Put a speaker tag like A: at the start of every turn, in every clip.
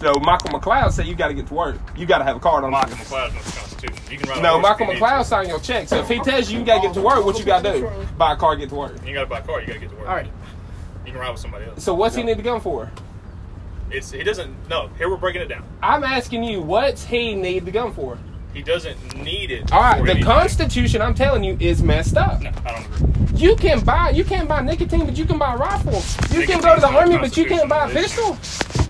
A: So Michael McLeod said you got to get to work. You got to have a card on.
B: Michael
A: you.
B: McLeod's not the Constitution. You can write.
A: No,
B: a horse if
A: Michael
B: you need to.
A: McLeod signed your check. So if he tells you you got to get to work, what you got to do? Buy a car, get to work.
B: You gotta buy a car. You gotta get to work.
C: All right.
B: You can ride with somebody else.
A: So what's he need the gun for?
B: It's he doesn't. No, here we're breaking it down.
A: I'm asking you, what's he need the gun for?
B: He doesn't need it.
A: All right,
B: for
A: the
B: anything.
A: Constitution, I'm telling you, is messed up.
B: No, I don't agree.
A: You can buy, you can't buy nicotine, but you can buy a rifle. You can go to
B: Nicotine's
A: the
B: not
A: army, but you can't buy a
B: constitutional.
A: pistol.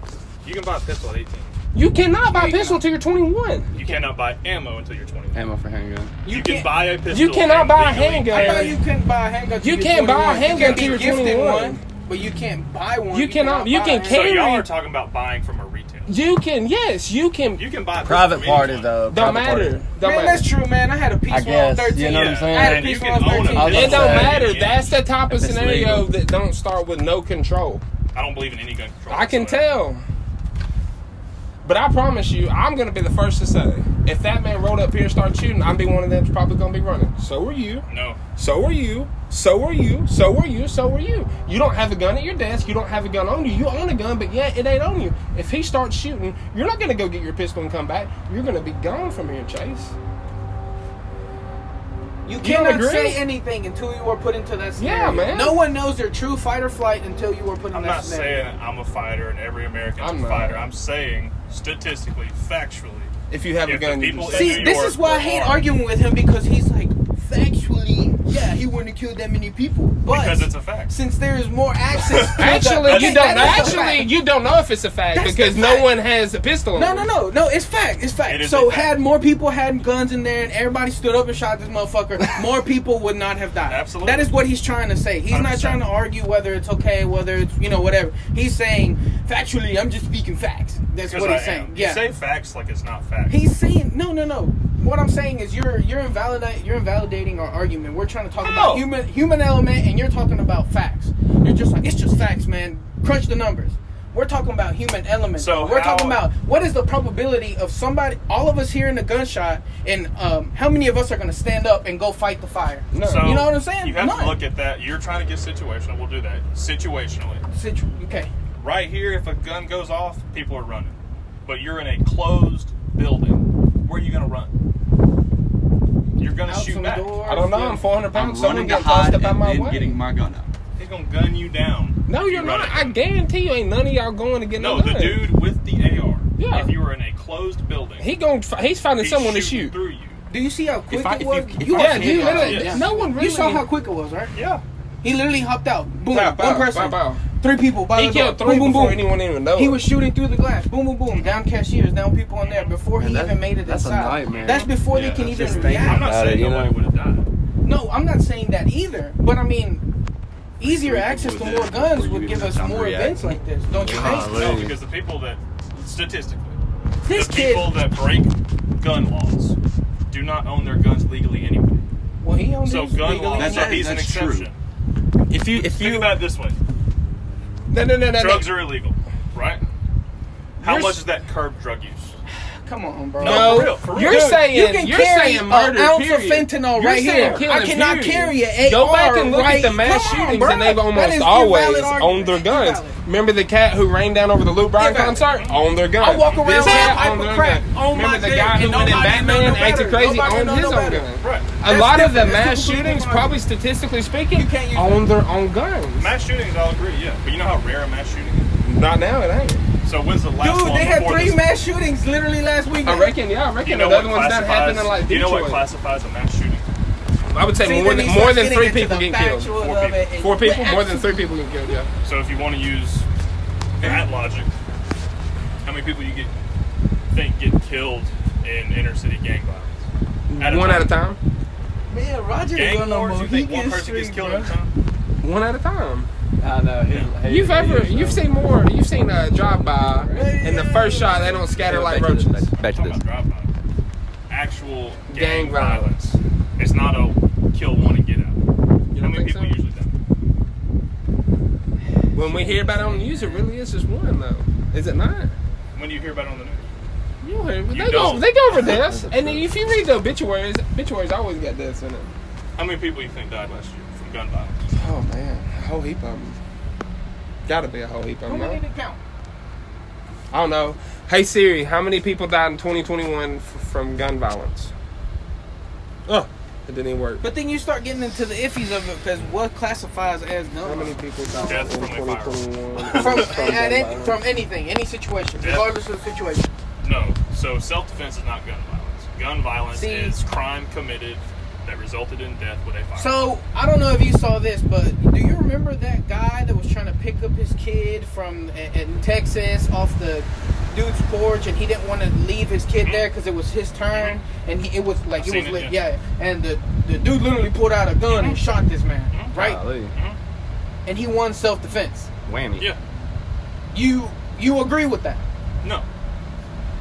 B: You can buy a pistol at 18.
A: You cannot buy a pistol until you're 21.
B: You cannot buy ammo until you're 21.
D: Ammo for handgun.
B: You,
C: You
B: can
C: can't-
B: buy a pistol.
A: you cannot
B: and
A: buy a
B: legally
A: handgun.
C: I
B: carry
C: thought
B: it.
C: you couldn't buy a handgun. till
A: You
C: you're
A: can't buy a
C: 21.
A: handgun
C: can't
A: till you're
C: be gifted
A: 21.
C: one, but you can't buy one.
A: You cannot- you
C: buy
A: can
C: a
B: So
A: carry-
C: handgun.
B: y'all are talking about buying from a retailer.
A: You can, yes, you can.
B: You can buy a pistol
D: Private
B: from
D: party
B: anyone.
D: though.
A: Don't
D: private
A: matter.
D: party.
A: Don't
C: Man,
A: matter.
C: that's true, man. I had a piece
D: I
C: when I was
D: guess,
C: thirteen.
D: you know what I'm saying?
C: I had a
B: And you
C: piece
B: can
C: when I was
B: own a
C: 13.
D: I was
A: It
D: Yeah.
A: don't matter.
B: Yeah.
A: That's the type of
D: If it's
A: scenario
D: legal.
A: that don't start with no control.
B: I don't believe in any gun control.
A: I can
B: whatsoever.
A: tell. But I promise you, I'm gonna be the first to say, if that man rolled up here and started shooting, I'd be one of them that's probably gonna be running. So are you.
B: No.
A: So are you. So are you. So are you. So are you. You don't have a gun at your desk. You don't have a gun on you. You own a gun, but yeah, it ain't on you. If he starts shooting, you're not gonna go get your pistol and come back. You're gonna be gone from here, Chase.
C: You
A: don't
C: cannot
A: agree?
C: say anything until you are put into that scenario.
A: Yeah, man.
C: No one knows their true fight or flight until you are put in
B: I'm
C: that
B: not
C: scenario.
B: saying I'm a fighter and every American's
A: I'm
B: a
A: not.
B: fighter. I'm saying statistically, factually.
A: If you have
B: If
A: a
B: the
A: gun, you
B: people
A: just-
B: in
C: See,
B: New
C: this
B: York
C: is why I
B: were
C: hate
B: armed.
C: arguing with him because he's like, factually, yeah, he wouldn't have killed that many people. But
B: Because it's a fact.
C: since there is more access, to
A: actually,
C: the,
A: you
C: Okay,
A: don't.
C: that is a
A: Actually,
C: fact.
A: you don't know if it's a fact
C: That's
A: because
C: the
A: no
C: fact.
A: one has a pistol. on
C: No,
A: them.
C: no, no, no. It's fact. It's fact.
B: It is
C: so
B: a fact.
C: had more people had guns in there, and everybody stood up and shot this motherfucker, more people would not have died.
B: Absolutely.
C: That is what he's trying to say. He's not
B: 100%.
C: trying to argue whether it's okay, whether it's you know whatever. He's saying factually, I'm just speaking facts. That's
B: Because
C: what
B: I
C: he's
B: am.
C: saying.
B: You
C: Yeah.
B: say facts like it's not facts.
C: He's saying no, no, no. What I'm saying is you're you're invalidate you're invalidating our argument. We're trying to talk
A: How?
C: about human human element, and you're talking about facts. You're just like it's just facts, man. Crunch the numbers. We're talking about human element.
B: So
C: So we're
B: how-
C: talking about what is the probability of somebody, all of us hearing a gunshot, and um, how many of us are going to stand up and go fight the fire?
A: No.
B: So
C: you know what I'm saying?
B: You have to
C: None.
B: look at that. You're trying to get situational. We'll do that situationally.
C: Situ- okay.
B: Right here, if a gun goes off, people are running. But you're in a closed building. Where are you gonna run? You're gonna
C: Out
B: shoot
C: some
B: back.
C: doors,
A: I don't know.
C: yeah.
A: I'm 400
D: I'm
A: pounds. Someone
D: running to
A: got tossed
D: hide
A: up out
D: and
A: my
D: then
A: way.
D: getting my gun out.
B: He's gonna gun you down.
A: No, you're
B: You run
A: not.
B: it.
A: I guarantee you, ain't none of y'all going to get
B: No,
A: no
B: the
A: gun.
B: dude with the AR.
A: Yeah.
B: If you were in a closed building,
A: he going. He's finding
B: he's
A: someone to
B: shooting
A: shoot.
B: through you.
C: Do you see how quick
D: I-
C: it
D: if
C: was?
D: you- if
C: you
D: I
C: watched
A: Yeah,
D: see
C: the
A: dude.
D: it,
C: video.
A: Literally,
D: Yeah.
A: no one really.
C: You saw how quick it was, right?
B: Yeah.
C: He literally hopped out. Boom.
A: Bow, bow,
C: one
A: bow,
C: person.
A: bow.
C: Three people. By
A: He
C: the
A: killed
C: door.
A: three
C: boom, boom,
A: before
C: boom.
A: anyone even know.
C: He was shooting through the glass. Boom, boom, boom. Down cashiers. Down people in there before he
D: Man, that-
C: even made it
D: that's a
C: inside.
D: nightmare.
C: That's before
B: Yeah,
C: they can
B: that's
C: even
D: just thinking
B: I'm
C: react.
B: not
D: Got it,
B: saying
D: you
B: nobody
D: know.
B: would have died.
C: no, I'm not saying that either. But I mean, easier
D: Before you
C: access to
D: do
C: more
D: that,
C: guns
D: before
C: would
D: you
C: give
D: even
C: us more
D: react.
C: events like this, don't you think?
D: Golly.
B: No, because the people that statistically
C: This
B: the
C: kid.
B: people that break gun laws do not own their guns legally anyway.
C: Well, he owns
B: So
C: his
B: gun
C: legally.
B: laws,
D: That's-
B: are- he's an
D: that's true.
B: exception.
D: If you if
B: Think
D: you
B: about it this way:
A: No, no, no, no. no.
B: drugs are illegal, right? How
A: You're
B: much
A: s-
B: does that curb drug use?
C: Come on, bro.
B: No,
A: No,
B: for real, for real.
A: you're
B: Dude,
A: saying
C: you can
A: you're
C: carry
A: saying murder.
C: an ounce
A: period.
C: of fentanyl
A: You're
C: right
A: saying
C: here.
A: killing,
C: I cannot
A: period.
C: carry an
A: Go
C: AR
A: back and look
C: right-
A: at the mass
C: Come on,
A: shootings,
C: bro.
A: and they've
C: That
A: almost
C: is
A: always
C: invalid
A: owned
C: argument.
A: their guns.
C: Invalid.
A: Remember the cat who rained down over the Luke Bryan
C: Invalid.
A: concert? Owned their gun.
C: I walk around
A: This
C: with
A: cat
C: a pipe
A: owned
C: of
A: their
C: crack
A: gun.
C: on
A: Remember
C: my
A: the
C: dick,
A: guy who
C: and
A: went in
C: nobody know
A: Batman
C: no
A: acted
C: better.
A: crazy
C: Nobody
A: owned
C: know
A: his
C: no
A: own
C: better.
A: gun.
B: Right.
A: A
C: That's
A: lot of the
C: different. That's
A: mass
C: completely
A: shootings,
C: different.
A: probably statistically speaking,
C: You can't use
A: own their own guns.
B: Mass shootings, I'll agree, yeah. But you know how rare a mass shooting is.
A: Not now, it ain't.
B: So when's the last
C: Dude,
B: one
C: they had
B: before
C: three
B: this?
C: mass shootings literally last week.
A: I reckon, yeah, I reckon
B: You know what
A: another one's not
B: classifies?
A: happening like Detroit.
B: you know what classifies a mass shooting?
A: I would say
C: See,
A: more
C: then
A: than
C: he
A: more
C: starts
A: than
C: getting
A: three
C: into
A: people
C: the
A: getting killed.
C: factual
B: Four
C: of
B: people.
C: it, and-
A: Four people, more than
C: Absolutely.
A: three people getting killed. Yeah.
B: So if you want to use that logic, how many people you get think get killed in inner city gang violence? At a
A: one
B: time.
A: at a time.
C: Man, Roger ain't
B: Gang
C: going no
B: wars,
C: more.
B: you
C: He
B: think one
C: gets
B: person gets
C: string,
B: killed
C: bro.
B: at a time?
A: One at a time.
D: I know he-
B: Yeah.
D: he-
A: You've
D: he
A: ever,
D: is,
A: you've
D: though.
A: seen more. You've seen a drive by, and the first shot they don't scatter
D: Yeah,
A: like
D: back to
A: roaches.
D: this, Back to
B: Talking
D: this.
B: about drive by. Actual gang,
A: Gang
B: violence. It's not a kill one and get
A: You
B: out. how
A: don't
B: many
A: think
B: people
A: so?
B: usually die?
A: When we hear about it on the news, it really is just one though. Is it not?
B: When do you hear about it on the news?
A: You don't hear.
B: You
A: They go,
B: don't.
A: they go over deaths, and then if you read the obituaries, obituaries always got deaths in it.
B: How many people you think died last year from gun violence?
A: Oh man, a whole heap of them. Gotta be a whole heap of
C: Who
A: them.
C: made it count?
A: I don't know. Hey Siri, how many people died in 2021 f- from gun violence? Oh, it didn't even work.
C: But then you start getting into the iffies of it because what classifies as
A: How
C: gun?
A: many people died
B: Death
A: in
B: from a firearm.
A: 2021
C: From,
A: gun
C: at any,
A: violence?
C: from anything, any situation,
B: Yeah.
C: regardless of the situation.
B: No. So self defense is not gun violence. Gun violence
C: See-
B: is crime committed that resulted in death with a firearm.
C: So I don't know if you saw this, but do you remember that guy that was trying to pick up his kid from in in Texas off the dude's porch, and he didn't want to leave his kid there because it was his turn, and he, it was like
B: Hmm? I've
C: it was
B: seen it,
C: lit,
B: yeah. Hmm?
C: yeah. And the the dude literally pulled out a gun and shot this man, right?
A: Golly.
C: And he won self defense.
D: Whammy.
B: yeah.
C: You you agree with that?
B: No.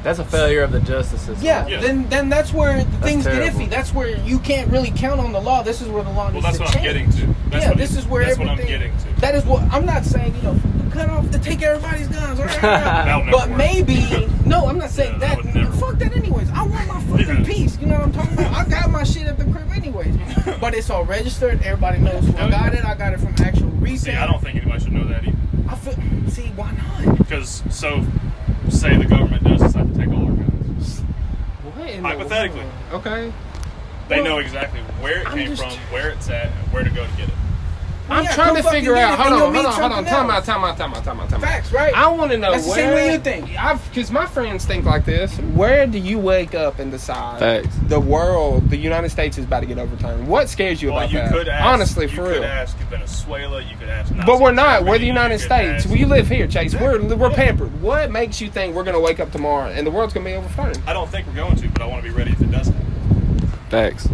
D: That's a failure of the justice system.
C: Yeah.
B: Yeah.
C: Then then that's where the things get
D: terrible.
C: iffy. That's where you can't really count on the law. This is where the law
B: Well,
C: needs
B: that's
C: to
B: what I'm getting
C: change.
B: to. That's
C: yeah,
B: what
C: this
B: I'm-
C: is where
B: that's what I'm
C: everything.
B: getting to.
C: That is what I'm not saying. You know, cut off to take everybody's guns.
B: That'll never
C: but
B: work.
C: maybe no, I'm not saying
B: Yeah, that
C: that.
B: would never
C: fuck that, anyways. I want my
B: Yeah.
C: fucking piece. You know what I'm talking about? I got my shit at the crib, anyways. But it's all registered. Everybody knows who I got it. I got it from actual
B: See,
C: resale.
B: I don't think anybody should know that either.
C: I feel. See, why not?
B: Because so, say the government does decide to take all our guns,
A: What in the
B: Hypothetically.
A: world? Okay.
B: they
C: Well,
B: know exactly where it
A: I'm
B: came
A: just
B: from,
A: tr-
B: where it's at, and where to go to get it.
A: I'm
C: Yeah,
A: trying
C: come
A: to
C: fucking
A: figure
C: get
A: out.
C: it,
A: Hold
C: then
A: on,
C: you'll
A: hold on,
C: meet
A: hold on.
C: something
A: Time out,
C: else.
A: time out, time out, time out, time out.
C: Facts, right?
A: I want to know
C: That's the
A: where.
C: same way you think.
A: I've because my friends think like this. Where do you wake up and decide?
D: Facts.
A: The world, the United States is about to get overturned. What scares you
B: Well,
A: about
B: you
A: that?
B: could ask,
A: Honestly,
B: you
A: for
B: could
A: real.
B: ask Venezuela. You could ask. Nazi
A: But we're not.
B: Germany,
A: We're the
B: you
A: United
B: could
A: States.
B: ask-
A: We live here, Chase. We're we're pampered. What makes you think we're gonna wake up tomorrow and the world's gonna be overturned?
B: I don't think we're going to, but I want to be ready if it does happen.
D: Facts.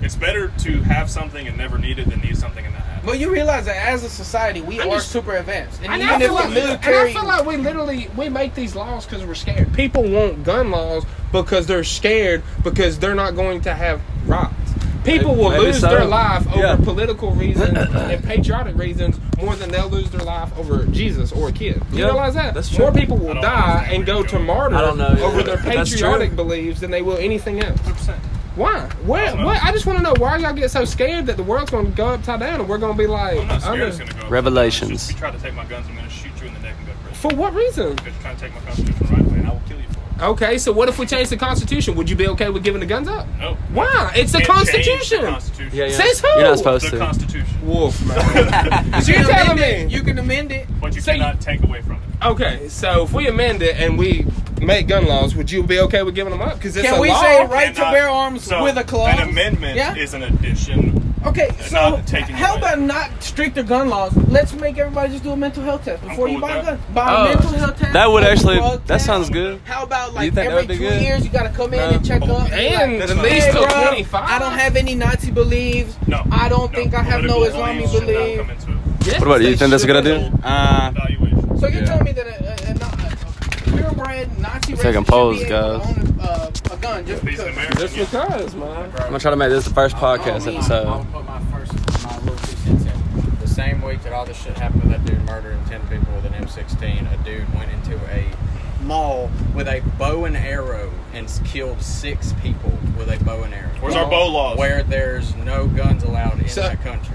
B: It's better to have something and never need it than need something and not have it.
C: But you realize that as a society, we
A: I'm
C: are
A: just-
C: super advanced, and,
A: And I,
C: even
A: feel
C: if the
A: like,
C: military,
A: and I feel like we literally we make these laws because we're scared. People want gun laws because they're scared because they're not going to have rights. People will
D: Maybe
A: lose
D: so.
A: their life over
D: Yeah.
A: political reasons and patriotic reasons more than they'll lose their life over Jesus or a kid. Do you
D: Yeah,
A: realize that?
D: that's true.
A: More people
B: I
A: will
B: don't
A: die
B: understand
A: and
B: where
A: go
B: you're
A: to
B: going.
A: martyr
D: I don't know
A: over their
D: either. That's true.
A: patriotic beliefs than they will anything else.
B: 100%.
A: Why? Where,
B: don't know.
A: what? I just want to know why y'all get so scared that the world's going to go upside down and we're going to be like,
B: I'm
A: under-
B: not scared it's going to go. up.
D: Revelations.
B: It's Just, if you try to take my guns, I'm going to shoot you in the neck and go to prison.
A: for what reason?
B: Because you're trying to take my constitutional right away, and I will kill you for it.
A: Okay, so what if we change the Constitution? Would you be okay with giving the guns up?
B: No.
A: Why? It's the
B: Can't change
A: Constitution.
B: The Constitution.
D: Yeah, yeah.
A: Says who?
D: You're not
B: The
D: supposed to.
B: Constitution.
A: Wolf, man. so
C: you
A: you're
C: can
A: telling
C: amend it.
A: me?
C: you can amend it.
B: But you
A: So you-
B: cannot take away from it.
A: Okay, so if we amend it and we make gun laws, would you be okay with giving them up? Because it's
C: Can
A: a
C: we
A: law.
C: say right to
B: Cannot-
C: bear arms
B: so
C: with a clause?
B: An amendment
C: Yeah?
B: is an addition.
C: Okay,
B: They're
C: so
B: not taking
C: how
B: away.
C: about not stricter gun laws? Let's make everybody just do a mental health test before
B: cool
C: you
B: with
C: buy
B: that.
C: a gun. Buy
D: Oh,
C: a mental health test.
D: that would
C: a
D: actually-
C: drug
D: that
C: test.
D: sounds good.
C: How about like
D: think that
C: every
D: would be
C: two
D: good?
C: years you gotta come in
D: No.
C: and check up?
A: And
C: like,
A: at
B: That's
A: least
C: "Hey,
A: till
C: bro,
A: 25.
C: I don't have any Nazi beliefs.
B: No.
C: I don't think I have no
B: Political
C: Islami
B: beliefs should not
C: belief.
B: come into it.
A: Yes,
D: What about you?
A: they
D: You think that's a good
A: should.
D: idea? Uh,
B: Evaluation.
C: So you're
D: Yeah.
C: telling me that uh, a, a, a, a uh, purebred Nazi racist
D: taking
C: should be
D: polls,
C: able to
D: guys.
C: own, uh, a gun just
B: He's an
C: because?
B: American.
A: Just
B: yeah.
A: because, man.
D: I'm gonna try to make this the first podcast
E: Oh,
A: Uh,
E: me. I
D: episode.
E: would put my first, my little two cents in. The same week that all this shit happened with that dude murdering 10 people with an M16, a dude went into a mall with a bow and arrow and s- killed six people with a bow and arrow.
B: Where's our bow laws?
E: Where there's no guns allowed in
A: So-
E: that country.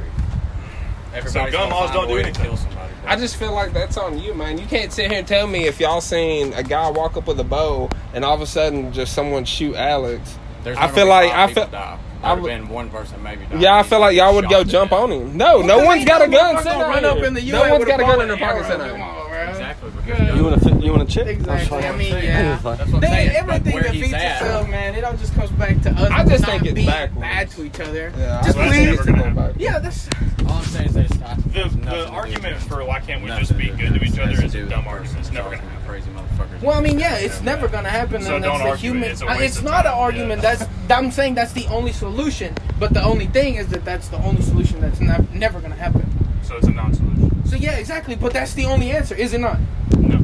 E: Everybody's
B: gun
E: gonna
B: laws
E: find a
B: don't do
E: way to
B: anything.
E: Kill somebody, bro.
A: I just feel like that's on you, man. You can't sit here and tell me if y'all seen a guy walk up with a bow and all of a sudden just someone shoot Alex.
E: There's
A: I
E: not
A: feel
E: gonna be
A: like-
E: five
A: I feel-
E: people die.
A: I
E: There'd
A: would-
E: been one person maybe. died.
A: Yeah, I feel like y'all would
E: Shot
A: go
E: to
A: jump
E: death.
A: on him. No, no one's got a gun sitting
C: gonna run
A: out
C: up
A: here.
C: in the U.S.
A: No one's
C: with a
A: got a
C: bow
A: gun in
C: and
A: their pocket
C: arrow.
A: sitting
C: Come
A: out
C: on, bro.
E: Exactly.
D: You want to? You want to chip?
C: Exactly. I mean, yeah.
E: That's what I'm
C: They,
E: saying. but
C: everything
E: where
C: that
E: he's
C: feeds
E: at-
C: itself, man, it all just comes back to us.
A: I just
C: not
A: think it's
C: being
A: backwards.
C: bad to each other.
A: Yeah,
C: just
B: Well, that's
C: please.
B: never gonna happen.
C: Yeah, that's
E: All I'm saying is they just talk-
B: The,
E: nothing to do
B: the
E: with
B: argument
E: it.
B: for why can't we
E: Nothing
B: just be
E: do
B: good
E: with
B: to
E: it.
B: each other
E: Has to
B: is
E: do
B: a
E: with
B: dumb
E: the
B: argument.
E: person
B: It's never
E: that's
B: going to happen.
E: Crazy motherfuckers.
C: well. I mean, yeah, it's
E: Yeah.
C: never gonna happen.
B: So don't
C: and that's the
B: argue it.
C: human.
B: It's a
C: uh,
B: waste
C: It's
B: of
C: not an
B: time.
C: argument.
B: Yeah.
C: That's I'm saying that's the only solution. But the only thing is that that's the only solution that's not, never gonna happen.
B: So it's a non-solution.
C: So yeah, exactly. But that's the only answer, is it not?
B: No.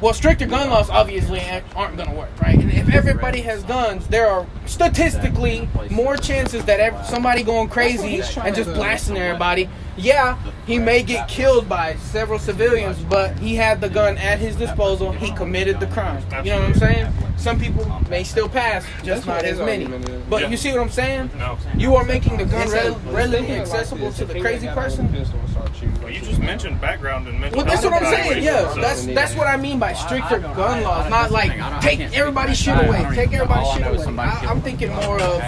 C: Well, stricter gun laws obviously aren't going to work, right? And if everybody has guns, there are statistically more chances that ev- somebody going crazy and just blasting everybody Yeah, he may get killed by several civilians, but he had the gun at his disposal. He committed the crime. You know what I'm saying? Some people may still pass, just not as many. But you see what I'm saying?
B: No.
C: You are making the gun rel- readily accessible to the crazy person.
B: Well, you just mentioned background and mental
C: Well, that's
B: health
C: what I'm saying.
B: evaluation,
C: Yeah,
B: so-
C: that's that's what I mean by stricter gun laws. Not like take everybody's shit away, take everybody's shit away. I, I'm thinking more of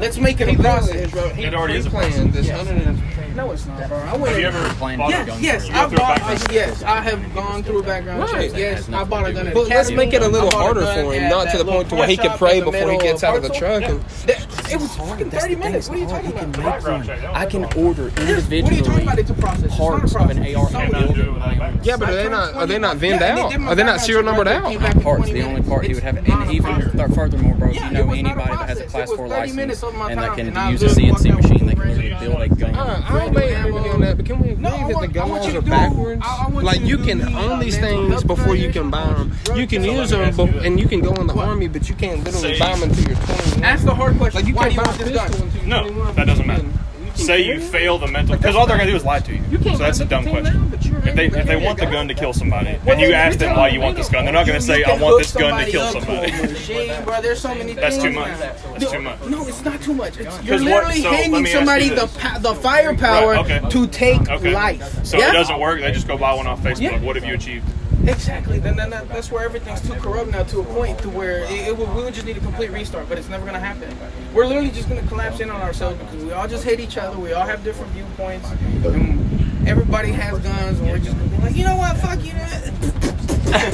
C: let's make it a process.
B: It already is a process.
A: planned this.
C: Yes.
A: hundred and-
C: No, it's not, bro. I went.
B: Have you ever
E: Plan-
B: bought a
E: Yeah.
B: gun?
C: Yes, yes,
B: You go
C: I
B: through a
C: bought.
B: background
C: yes, I have gone through a background
A: Right.
C: check. Yes, I bought a gun. at
A: But let's
C: Academy.
A: make it a little
C: I bought
A: harder
C: gun
A: for him,
C: at
A: not
C: that
A: to the
C: little
A: point to where he
C: pawn
A: can
C: shop
A: pray
C: in the
A: before he
C: middle
A: gets out of the
C: Hartsel.
A: truck. And,
C: That- it was fucking 30 minutes. What are you talking about?
B: Background check.
E: I can
C: What
E: order
C: are you talking
E: individually
C: about? It's a process. It's not a
E: parts of
C: process.
E: an
C: It's
E: AR.
C: solid.
B: Cannot do it without a background.
A: yeah, but are they not? Are they not vend out? Are they not serial numbered out?
E: parts. The only part he would have, and even th- furthermore, bro, if
C: Yeah,
E: you
C: it
E: know
C: was not a
E: anybody that has a
C: process.
E: class
C: It was
E: four
C: 30 minutes
E: license
C: of my
E: and
C: time,
E: that can
C: and I
E: use a
C: just fucked
E: CNC
C: up
E: machine,
C: with
E: they can literally
C: Reggie
E: build a gun.
A: Uh, I don't make agree on that, but can we agree
C: No, I
A: that the
C: want- I
A: gun
C: want
A: laws
C: you
A: are
C: to do-
A: backwards?
C: I- I want
A: like
C: you
A: you
C: to
A: can
C: do the, uh,
A: own these
C: mental
A: things
C: health
A: before you can buy them.
C: evaluation.
A: You can
B: So let
A: use
B: me ask
A: them,
B: you this.
A: and you can go in the army, but you can't literally
B: Say-
A: buy them until you're 21.
C: Ask the hard question.
A: Like you
C: Why do
A: can't
C: you
A: buy
C: want
A: a
C: this
A: pistol
C: gun?
A: until you're
B: No,
A: 21,
B: that doesn't
A: but
B: matter.
A: you can- can
B: Say you
A: carry it.
B: fail the mental because all they're gonna do is lie to you.
A: You can't
B: So that's a
A: buy
B: dumb
A: the gun now,
B: question.
A: but you're
B: If they
A: able to
B: if they
A: carry a
B: want the
A: gun.
B: gun to kill somebody,
A: Well,
B: and you
A: you're
B: ask them
A: telling
B: why
A: me
B: you want
A: they
B: this
A: don't
B: gun, they're not gonna
C: You-
B: say
C: you
B: I
C: can
B: want
C: hook
B: this gun to
C: somebody
B: kill
C: up to
B: somebody.
C: a machine, bro. There's so many
B: That's
C: things
B: too much.
C: now.
B: That's too much.
C: No, it's not too much. It's, you're
B: 'Cause what-
C: literally
B: so let
C: handing
B: me ask you
C: somebody the
B: this.
C: pa- the firepower
B: Right, okay.
C: to take
B: Okay.
C: life.
B: So
C: yeah?
B: it doesn't work. They just go buy one off Facebook.
C: Yeah.
B: What have you achieved?
C: Exactly. Then, then that, that's where everything's too corrupt now to a point to where it, it would, we would just need a complete restart, but it's never going to happen. We're literally just going to collapse in on ourselves because we all just hate each other. We all have different viewpoints. And everybody has guns, and we're just going to be like, you know what? Fuck you.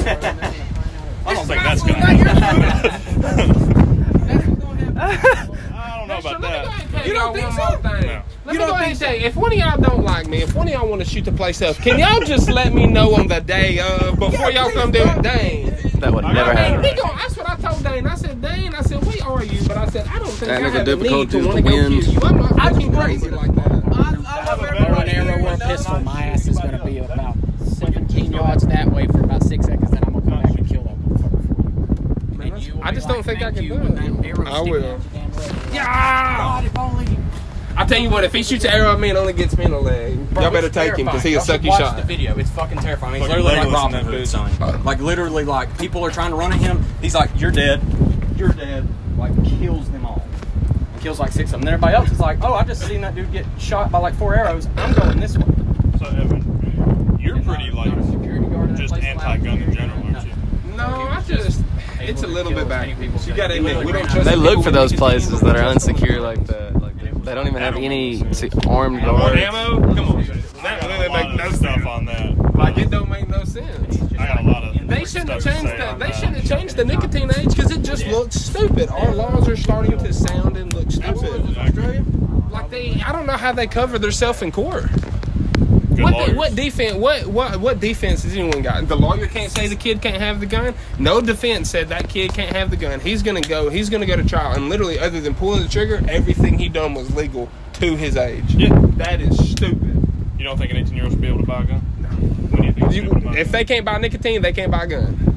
B: I don't think that's
C: fault,
B: gonna
C: not your
B: happen.
C: That's what's going to happen.
B: I don't know
A: Sure, let
B: about
A: me go
B: that.
A: ahead and tell
C: You don't
A: y'all
C: think
A: one
C: so?
A: more thing.
B: No.
A: Let
C: You
A: me
C: don't
A: go ahead
C: think
A: and say, if one of y'all don't like me, if one of y'all want to shoot the place up, can y'all just let me know on the day of before
C: Yeah,
A: y'all
C: please,
A: come do
C: bro.
A: it? Dang.
D: That would
B: I
D: never
B: got
A: Hey,
D: happen.
A: we gon- that's what I told Dane. I said, Dane, I said, we are you, but I said, I don't think
D: That
A: I
D: nigga
A: have a need
D: difficulty
A: to
D: is
A: want
D: the
A: to go kill
D: wind.
A: you. I'm not
C: I
A: fucking
C: just-
A: crazy like that.
C: I, I love
B: Bow
C: everybody.
B: and
F: arrow or a
C: here, you know?
F: pistol, my ass is gonna be about 17 yards that way for about six seconds. Then I'm gonna come back and kill that motherfucker.
A: I just don't think I can do it. I will.
F: God,
B: Ah.
A: Yeah.
F: if only
A: I tell you what, if he shoots an arrow at me, it only gets me in the leg. y'all better take him because he'll suck you
E: watch
A: shot.
E: the video. It's fucking terrifying. I mean, he's
B: Fucking
E: literally like
B: Legolas in
E: Robin
B: that
E: Hood,
B: bitch.
E: son. Uh, Like literally, like people are trying to run at him. He's like, "You're dead. You're dead." Like kills them all. And kills like six of them. Then everybody else is like, "Oh, I just seen that dude get shot by like four arrows. I'm going this way." Uh,
B: So Evan, you're pretty like
F: security guard in that
B: just
F: place
B: anti-gun in general, aren't you?
A: No, I just, it's a little bit backwards. You gotta admit, we don't trust
D: They look for those places that are unsecure like that. Like they- they don't even have any se- armed
B: Want
D: guards.
B: ammo? Come on. I
A: That
B: got
A: really
B: a lot
A: make no
B: of stuff on that.
A: Like it don't make no sense.
B: I got a lot of.
A: They shouldn't have
B: stuff to
A: changed
B: say
A: that.
B: on
A: They shouldn't have changed the nicotine age because it just looks stupid. Our laws are starting to sound and look stupid.
B: Absolutely.
A: Like they, I don't know how they cover themselves in court.
B: Good
A: What,
B: lawyers.
A: the, what defense? What what what defense has anyone got? The lawyer can't say the kid can't have the gun. No defense said that kid can't have the gun. He's gonna go. He's gonna go to trial. And literally, other than pulling the trigger, everything he done was legal to his age.
B: Yeah.
A: That is stupid.
B: You don't think an 18-year-old should be able to buy a gun? What do you think?
A: You, if they can't buy nicotine, they can't buy a gun.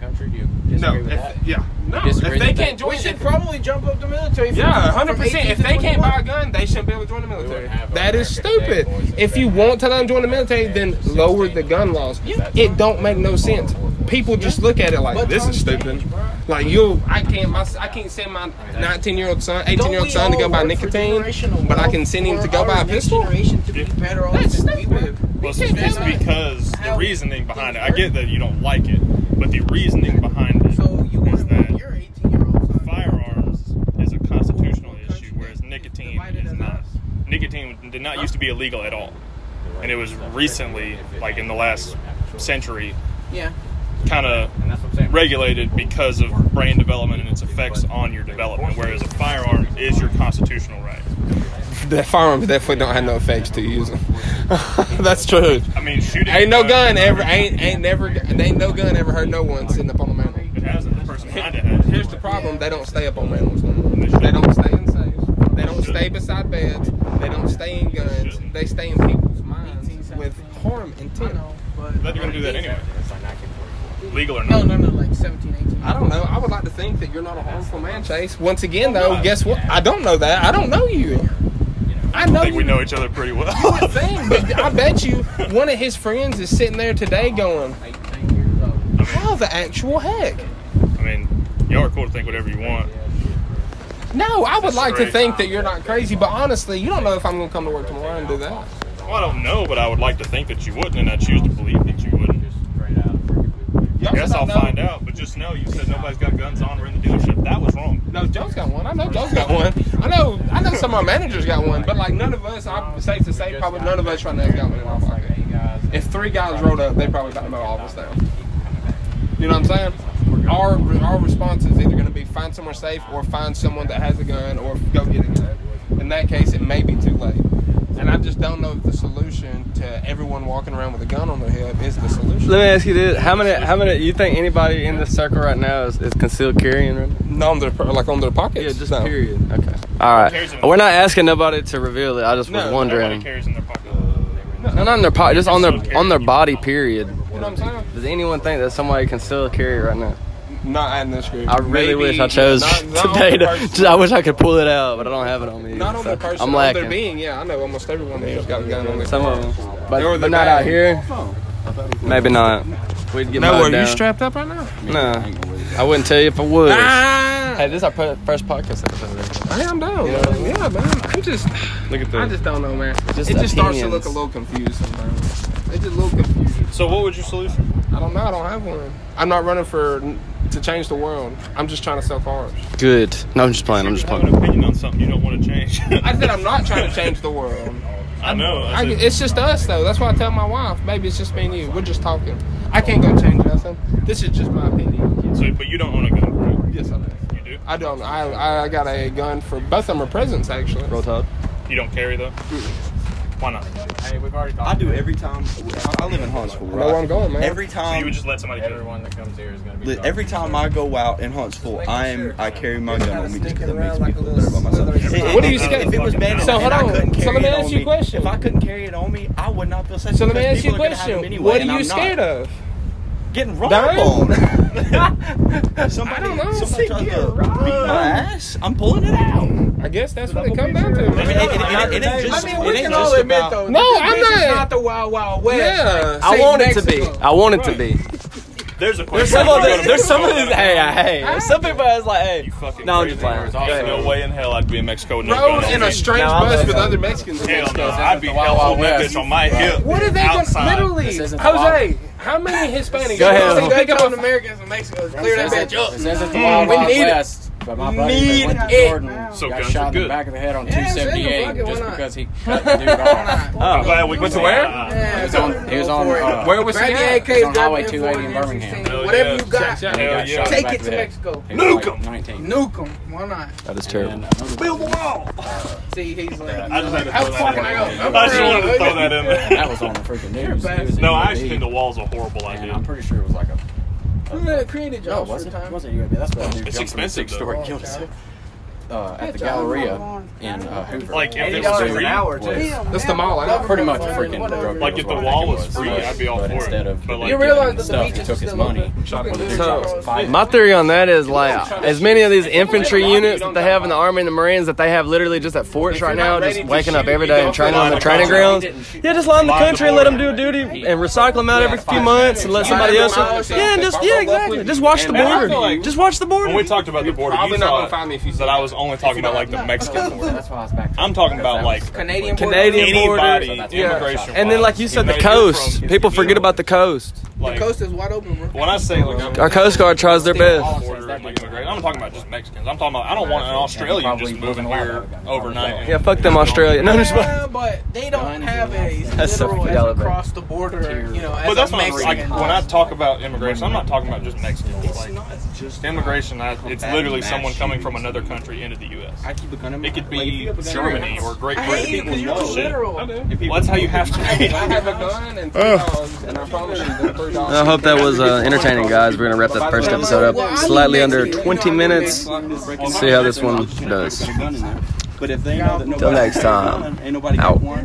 E: Country, do you
A: No,
E: disagree with that?
A: if, yeah, no. If
E: disagree
A: they
E: with
A: can't
E: that?
A: join,
C: We should
A: if-
C: probably jump up the military. from-
A: Yeah,
C: from
A: hundred percent.
C: 18
A: If
C: to
A: they can't
C: 21.
A: buy a gun, they shouldn't be able to join the military.
E: have
A: That is
E: American Day
A: stupid.
E: boys and
A: If you want to not join the military, then lower the gun laws. It don't make no sense. People just look at it like
C: But
A: this is
C: times
A: stupid.
C: change, bro.
A: Like you, I can't, my, I can't send my nineteen-year-old son, eighteen-year-old son to go buy nicotine, but I can send him to go buy a pistol. That's stupid.
B: Well, it's it's because the reasoning behind it. I get that you don't like it, but the reasoning behind it is
C: So you want to
B: that
C: your 18 year old
B: firearms is a constitutional issue, whereas nicotine is not. Nicotine did not used to be illegal at all, and it was recently, like in the last century,
C: Yeah.
B: kind of
E: And that's what I'm saying.
B: regulated because of brain development and its effects on your development. Whereas a firearm is your constitutional right.
A: The firearms definitely don't have no effects to use them. That's true.
B: I mean, shooting
A: Ain't no
B: uh,
A: gun ever, ain't ain't never, ain't no gun ever hurt no one sitting up on a mountain.
B: It hasn't. The person behind it has.
A: Here's the problem: they don't stay up on mountains no more.
B: They should.
A: They don't stay in safes. They don't stay beside beds. They don't stay in guns.
B: shouldn't.
A: They stay in people's minds with harm
C: I
A: intent.
C: know, but.
B: But They're gonna do that anyway, legal or
C: No,
B: not.
C: no, no, like 17, 18.
A: I don't know. I would like to think that you're not a harmful man, Chase. Once again, though, guess what? I don't know that. I don't know you. I
B: I
A: know
B: think we
A: you-
B: know each other pretty well.
A: thing, but I bet you one of his friends is sitting there today going, "How the actual heck?"
B: I mean, y'all are cool to think whatever you want.
A: No, I would like to
B: great.
A: think that you're not crazy, but honestly, you don't know if I'm gonna come to work tomorrow and do that.
B: Well, I don't know, but I would like to think that you wouldn't, and I choose to believe that you wouldn't.
A: Y'all
B: Guess
A: don't
B: I'll
A: know.
B: find out. But just know, you said nobody's got guns on. We're in the dealership. That was wrong.
A: No, Joe's got one. I know Joe's got one. I know. I know some of our managers got one, but like none of us. I'm safe to say, probably none of us right now has got one in our pocket. If three guys rolled up, they probably about to mow all of us down. You know what I'm saying? Our our response is either going to be find somewhere safe or find someone that has a gun or go get a gun. In that case, it may be too late. And I just don't know if the solution to everyone walking around with a gun on their hip is the solution.
D: Let me ask you this: How many? How many? You think anybody in this circle right now is, is concealed carrying? Right now?
A: No, on their like on their pockets. No.
D: period. Okay. All
B: Carries
D: right.
B: in-
D: We're not asking nobody to reveal it. I just was
A: No,
B: Nobody
D: wondering.
B: carries in their pocket.
D: No, not in their pocket. Just on their
B: Concealed carry.
D: on their body. Period.
A: You know what I'm saying?
D: Does anyone think that somebody can still carry right now?
A: Not adding this group.
D: I really
A: Maybe
D: wish I chose
A: not- not on
D: today.
A: the
D: To,
A: person-
D: I wish I could pull it out, but I don't have it on me.
A: Not on
D: so
A: the person.
D: I'm
A: on
D: lacking.
A: their being. Yeah, I know almost everyone there's got a gun on their.
D: Some of them, but
A: Or the
D: they're not out
A: bag.
D: here. Maybe not. We'd get mowed down.
A: up right now?
D: No, I wouldn't tell you if I would.
A: Ah,
D: Hey, this is our per- first podcast episode.
A: I am down. Yeah, yeah man. I'm just.
D: Look at
A: I
D: that.
A: just don't know, man.
D: Just
A: it just starts to
D: opinions.
A: look a little confused sometimes. It's just a little confusing.
B: So, what was your solution?
A: I don't know. I don't have one. I'm not running for to change the world. I'm just trying to sell cars.
D: Good. No, I'm just playing. I'm just
B: You have an
D: playing.
B: opinion on something you don't want to change.
A: I said I'm not trying to change the world.
B: I know. I
A: I,
B: said-
A: it's just us though. That's why I tell my wife. Maybe it's just me and you. We're just talking. I can't go change nothing. This is just my opinion.
B: so, but you don't own a gun,
A: Yes, I do.
B: right? You do.
A: I don't. I I got a gun for both of them are presents actually.
D: Roll Tide.
B: You don't carry though. Why not?
E: Hey, we've already
G: I
E: talked.
G: do every time. I- I live in Huntsville.
A: I know where I'm
G: Right?
A: going, man.
G: Every
B: So you
G: time,
B: would just let somebody carry.
E: Everyone that comes here is gonna be.
G: li- every time I go out in Huntsville, I am I carry my gun on me just because it makes me feel better about myself.
A: What are you
G: If-
A: scared
G: If it was
B: of?
G: bad,
A: So,
G: and
A: hold
G: I
A: on.
G: couldn't
A: So,
G: carry
A: let me
G: it
A: ask
G: on
A: you a question.
G: If I couldn't carry it on me, I would not feel safe.
A: So let me
G: because
A: ask you a
G: people are gonna have
A: question.
G: them Anyway,
A: what are
G: and
A: you
G: I'm
A: scared
G: not.
A: of?
G: Getting robbed
A: Dying?
G: on.
A: I
G: somebody,
A: don't know.
G: somebody tries to beat my ass. I'm pulling it out.
A: I guess that's what it comes down to.
G: I mean, it, it- it- it ain't just.
C: I mean, we
G: it ain't
C: can
G: just
C: all admit
G: about-
C: though.
A: No,
C: this
A: I'm
C: bitch is
A: not.
C: not the Wild Wild West.
A: yeah.
D: I
C: Say
D: want it to be.
C: Mexico.
D: I want it to be.
B: There's a
D: There's
B: question.
D: some of
B: You're
D: the,
B: gonna
D: There's
B: be
D: some of
B: called
D: these.
B: out.
D: Hey, I- hey. There's some people that's like, hey.
B: You fucking
D: No, I'm
B: crazy.
D: just playing.
B: There's
D: Go ahead.
B: no way in hell I'd be in Mexico. with no
A: Rode
B: gun on
A: in a
B: me.
A: strange
D: No, I'm
A: bus
D: not-
A: with other Mexicans. in
B: Hell no,
A: Mexico.
B: I'd be hell on this on my hip.
A: What are they
B: outside.
A: gonna literally?
F: This isn't the
A: Jose, how many Hispanics?
D: Go ahead.
A: They pick up on
C: Americans in Mexico. Clear
F: It
C: that
F: says,
C: bitch up.
F: it says it's the Wild
C: We
F: Wild
C: need it.
F: West, but my buddy
C: Need
F: that went
C: it.
F: to Jordan
B: So
F: got
B: guns are
F: shot in the
B: good.
F: back of the head on
C: Yeah, I'm saying,
F: 278
C: fuck it, why
F: just
C: not?
F: because he cut the dude off.
C: Oh.
B: I'm glad we went to
A: where?
C: Yeah,
F: He was on. He was on. Uh,
A: Where was
C: Grab
A: he?
C: your
A: at?
C: AKs,
F: on
C: grab
F: Highway
C: your
F: 280
C: 40s,
F: in Birmingham.
C: 16s,
B: Hell
C: Whatever
B: yeah.
C: you
F: and
C: got,
F: he
B: Hell
F: got
B: yeah.
F: shot in the
C: Take
F: back
C: it
F: of
C: to
F: the head.
C: Mexico.
F: He was
B: Nuke
F: like
B: 'em.
F: 19.
C: nuke them. Why not?
D: That is terrible.
B: Build the wall.
C: See, he's like,
B: I just had to
C: How
B: throw that in.
C: fucking up?
B: I just wanted to throw that in there.
F: That was on the freaking
C: You're
F: news.
C: bad.
F: He was in
B: No, I
F: UAB,
B: actually think the wall's a horrible
F: and I'm
B: idea.
F: pretty sure it was like a.
C: who that created
F: No,
C: jobs
F: was
C: for
F: it?
C: time?
F: Was it UAB? That's what I
B: It's expensive, though.
F: Story killed himself. Uh, at the Galleria in uh, Hoover.
B: Like, if it
F: $80
B: was free,
A: That's the mall. I know.
F: pretty much freaking drug
B: Like, if the wall was free, I'd be all
F: but
B: for it.
F: instead of
B: But, like,
C: You
B: You
C: realize that the
F: stuff,
C: beach
F: he
C: is
F: took his
C: still
F: money.
C: open.
A: Shot
F: Well, the dude
D: So-
F: was fighting.
D: My theory on that is like as many of these infantry units that they have in the army and the marines that they have literally just at forts right now, just waking up every day and training on the training grounds. Yeah, just line the country and let them do a duty and recycle them out every few months and let somebody else. Yeah, and just yeah, exactly. Just watch the border. Just watch the
B: When we
D: border.
B: talked about the border,
A: probably
B: you
A: not gonna
B: thought
A: find me if you
B: that I was only talking about, like, the Mexican border.
F: That's why I was back.
B: I'm talking about, like,
C: Canadian
D: Canadian
B: anybody,
D: border.
F: border.
B: immigration.
D: And then, like you said, the
B: Even though you're
D: coast.
B: from-
D: People forget about the coast.
B: Like,
C: coast is wide open, bro.
B: when I say, like, I'm
D: Our coast guard tries their best.
B: border and, like, immigration, I'm not talking about just Mexicans. I'm talking about, I don't want an Australian just moving here overnight.
D: Yeah, fuck them Australia. No, I'm just.
C: Yeah, but they don't have a
D: That's so
C: literal as
D: relevant.
C: across the border, you know, as
B: But that's
C: a
B: what I'm like
C: Mexican.
B: when I talk about immigration, I'm not talking about just Mexicans. Like, immigration, I, it's literally someone coming from another country into the U.S.
G: keep a gun in my
B: It could
G: like,
B: be
G: if you have a gun in your
B: Germany
G: house,
B: or Great
C: I hate it
B: Britain.
C: because you're
G: People know shit.
C: literal.
G: if people
B: Well, that's how you
G: know
B: have to be.
A: I have a gun and three dogs, and I promise you, the three dogs.
D: I hope that was uh, entertaining, guys. We're gonna wrap that first episode up slightly under 20 minutes.
G: Let's
D: see how this one does.
G: But if they know that
D: Till
G: nobody
D: next
G: has a
D: time.
G: gun, ain't nobody got
D: Out.
G: one,